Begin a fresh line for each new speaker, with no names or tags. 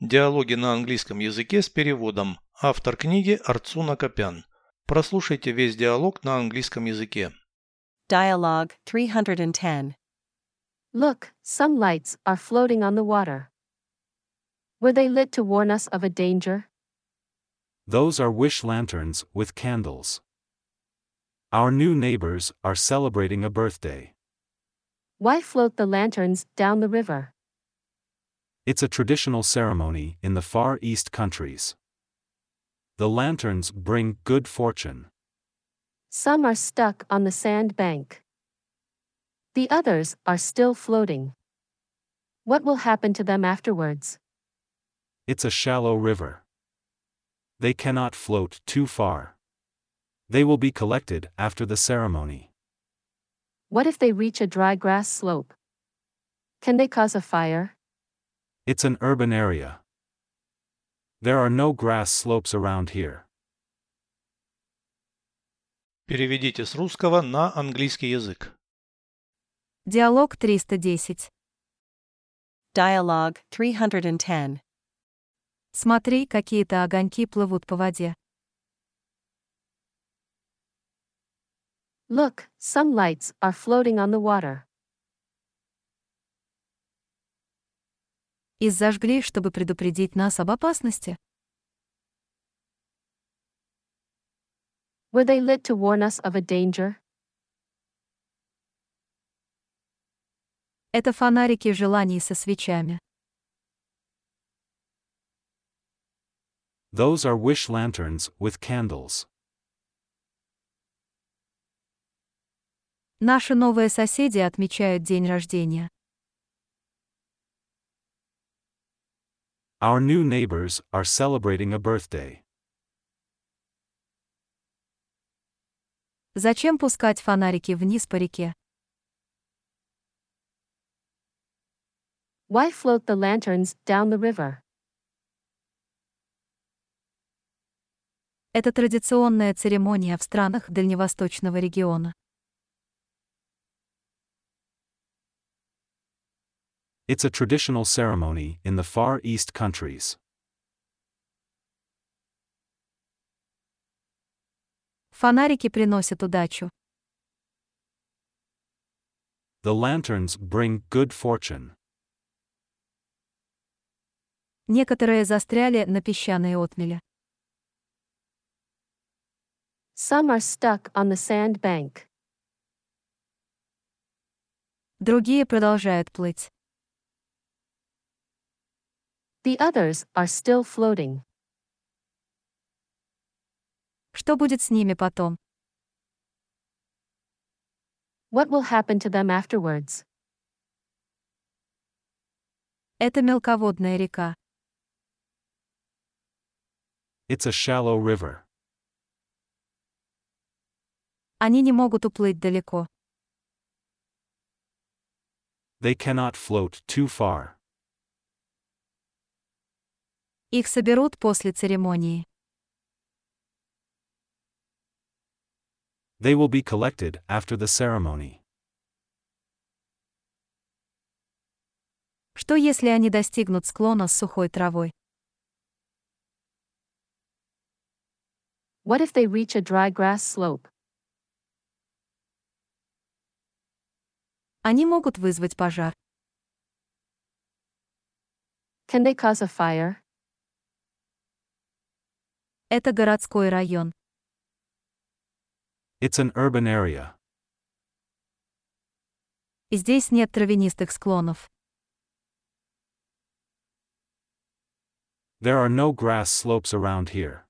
Диалоги на английском языке с переводом. Автор книги Арцуна Копян. Прослушайте весь диалог на английском языке.
Dialogue 310.
Look, some lights are floating on the water. Were they lit to warn us of a danger?
Those are wish lanterns with candles. Our new neighbors are celebrating a birthday.
Why float the lanterns down the river?
It's a traditional ceremony in the Far East countries. The lanterns bring good fortune.
Some are stuck on the sand bank. The others are still floating. What will happen to them afterwards?
It's a shallow river. They cannot float too far. They will be collected after the ceremony.
What if they reach a dry grass slope? Can they cause a fire?
It's an urban area. There are no grass slopes around here.
Переведите с русского на английский язык.
Диалог 310.
Dialogue 310.
Смотри, какие-то огоньки плывут по воде.
Look, some lights are floating on the water.
И зажгли, чтобы предупредить нас об опасности.
Were they lit to warn us of a danger?
Это фонарики желаний со свечами.
Those are wish lanterns with candles.
Наши новые соседи отмечают день рождения.
Our new neighbors are celebrating a birthday.
Зачем пускать фонарики вниз по реке?
Why float the lanterns down the river?
Это традиционная церемония в странах Дальневосточного региона.
It's a traditional ceremony in the Far East countries.
Фонарики приносят удачу.
The lanterns bring good fortune.
Некоторые застряли на песчаной отмеле.
Some are stuck on the sand bank.
Другие продолжают плыть.
The others are still floating.
Что будет с ними потом?
What will happen to them afterwards?
Это мелководная река.
It's a shallow river.
Они не могут уплыть далеко.
They cannot float too far.
Их соберут после церемонии.
They will be collected after the ceremony.
Что если они достигнут склона с сухой травой?
What if they reach a dry grass slope?
Они могут вызвать пожар.
Can they cause a fire?
Это городской район.
It's an urban area.
Здесь нет травянистых склонов.
There are no grass slopes around here.